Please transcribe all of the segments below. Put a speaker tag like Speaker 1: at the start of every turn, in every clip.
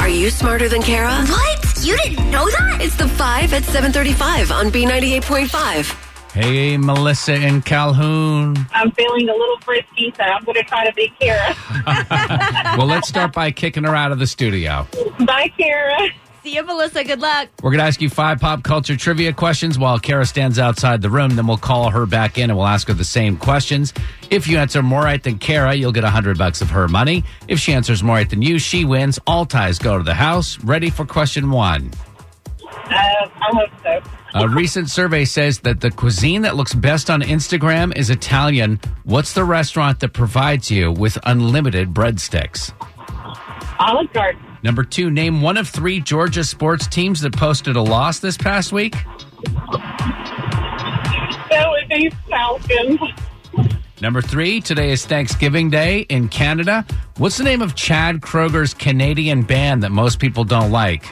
Speaker 1: Are you smarter than Kara?
Speaker 2: What? You didn't know that?
Speaker 1: It's the 5 at 735 on B98.5.
Speaker 3: Hey, Melissa in Calhoun.
Speaker 4: I'm feeling a little frisky, so I'm going to try to be Kara.
Speaker 3: Well, let's start by kicking her out of the studio.
Speaker 4: Bye, Kara.
Speaker 2: See you, Melissa. Good luck.
Speaker 3: We're going to ask you five pop culture trivia questions while Kara stands outside the room. Then we'll call her back in and we'll ask her the same questions. If you answer more right than Kara, you'll get 100 bucks of her money. If she answers more right than you, she wins. All ties go to the house. Ready for question one.
Speaker 4: Uh, I hope so.
Speaker 3: A recent survey says that the cuisine that looks best on Instagram is Italian. What's the restaurant that provides you with unlimited breadsticks?
Speaker 4: Olive Garden,
Speaker 3: Number two, name one of three Georgia sports teams that posted a loss this past week.
Speaker 4: that would be Falcons.
Speaker 3: Number three, today is Thanksgiving Day in Canada. What's the name of Chad Kroger's Canadian band that most people don't like?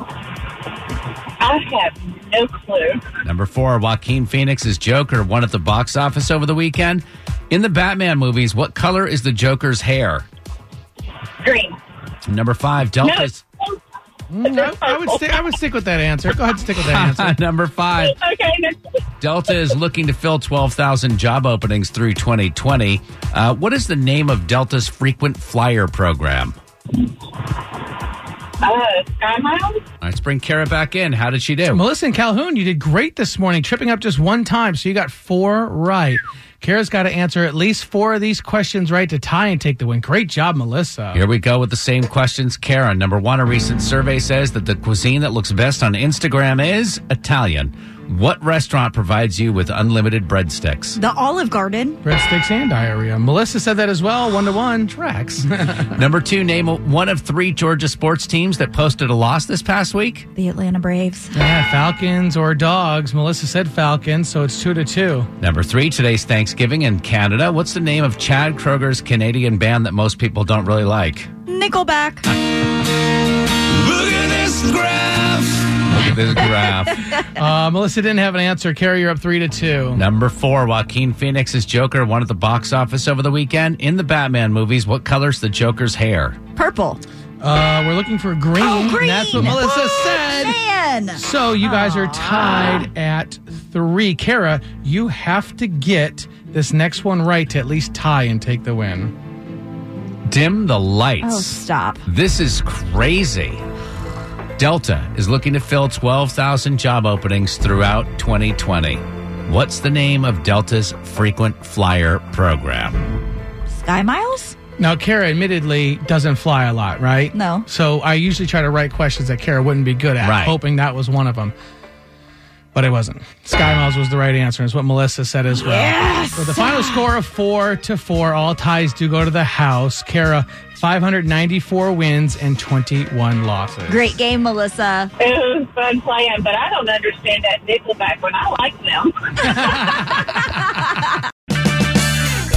Speaker 4: I have no clue.
Speaker 3: Number four, Joaquin Phoenix's Joker won at the box office over the weekend. In the Batman movies, what color is the Joker's hair?
Speaker 4: Green.
Speaker 3: Number five, Delta's.
Speaker 4: No.
Speaker 5: No, I would stick. I would stick with that answer. Go ahead, stick with that answer.
Speaker 3: Number five,
Speaker 4: Okay, that's
Speaker 3: Delta is looking to fill 12,000 job openings through 2020. Uh, what is the name of Delta's frequent flyer program?
Speaker 4: uh, Sky Miles.
Speaker 3: All right, let's bring Kara back in. How did she do?
Speaker 5: Melissa and Calhoun, you did great this morning, tripping up just one time, so you got four right. Kara's got to answer at least four of these questions right to tie and take the win. Great job, Melissa.
Speaker 3: Here we go with the same questions, Kara. Number one, a recent survey says that the cuisine that looks best on Instagram is Italian. What restaurant provides you with unlimited breadsticks?
Speaker 6: The Olive Garden.
Speaker 5: Breadsticks and diarrhea. Melissa said that as well. One to one tracks.
Speaker 3: Number two, name one of three Georgia sports teams that posted a loss this past week.
Speaker 6: The Atlanta Braves.
Speaker 5: yeah, Falcons or dogs. Melissa said Falcons, so it's two to two.
Speaker 3: Number three, today's Thanksgiving in Canada. What's the name of Chad Kroger's Canadian band that most people don't really like?
Speaker 6: Nickelback.
Speaker 3: Look at this graph.
Speaker 5: Uh, Melissa didn't have an answer. Kara, you're up three to two.
Speaker 3: Number four, Joaquin Phoenix's Joker won at the box office over the weekend. In the Batman movies, what color's the Joker's hair?
Speaker 6: Purple.
Speaker 5: Uh, we're looking for green.
Speaker 6: Oh, green.
Speaker 5: and
Speaker 6: Oh,
Speaker 5: that's what Melissa said.
Speaker 6: Man.
Speaker 5: So you guys are tied at three. Kara, you have to get this next one right to at least tie and take the win.
Speaker 3: Dim the
Speaker 6: Oh,
Speaker 3: lights.
Speaker 6: stop.
Speaker 3: This is crazy. Delta is looking to fill 12,000 job openings throughout 2020. What's the name of Delta's frequent flyer program?
Speaker 6: Sky Miles?
Speaker 5: Now, Kara admittedly doesn't fly a lot, right?
Speaker 6: No.
Speaker 5: So I usually try to write questions that Kara wouldn't be good at,
Speaker 3: Right.
Speaker 5: hoping that was one of them. But it wasn't. Sky Miles was the right answer. Is what Melissa said as well. Yes. So the final score of four to four. All ties do go to the house. Kara, 594 wins and 21 losses.
Speaker 6: Great game, Melissa.
Speaker 4: It was fun playing, but I don't understand that Nickelback when I like them.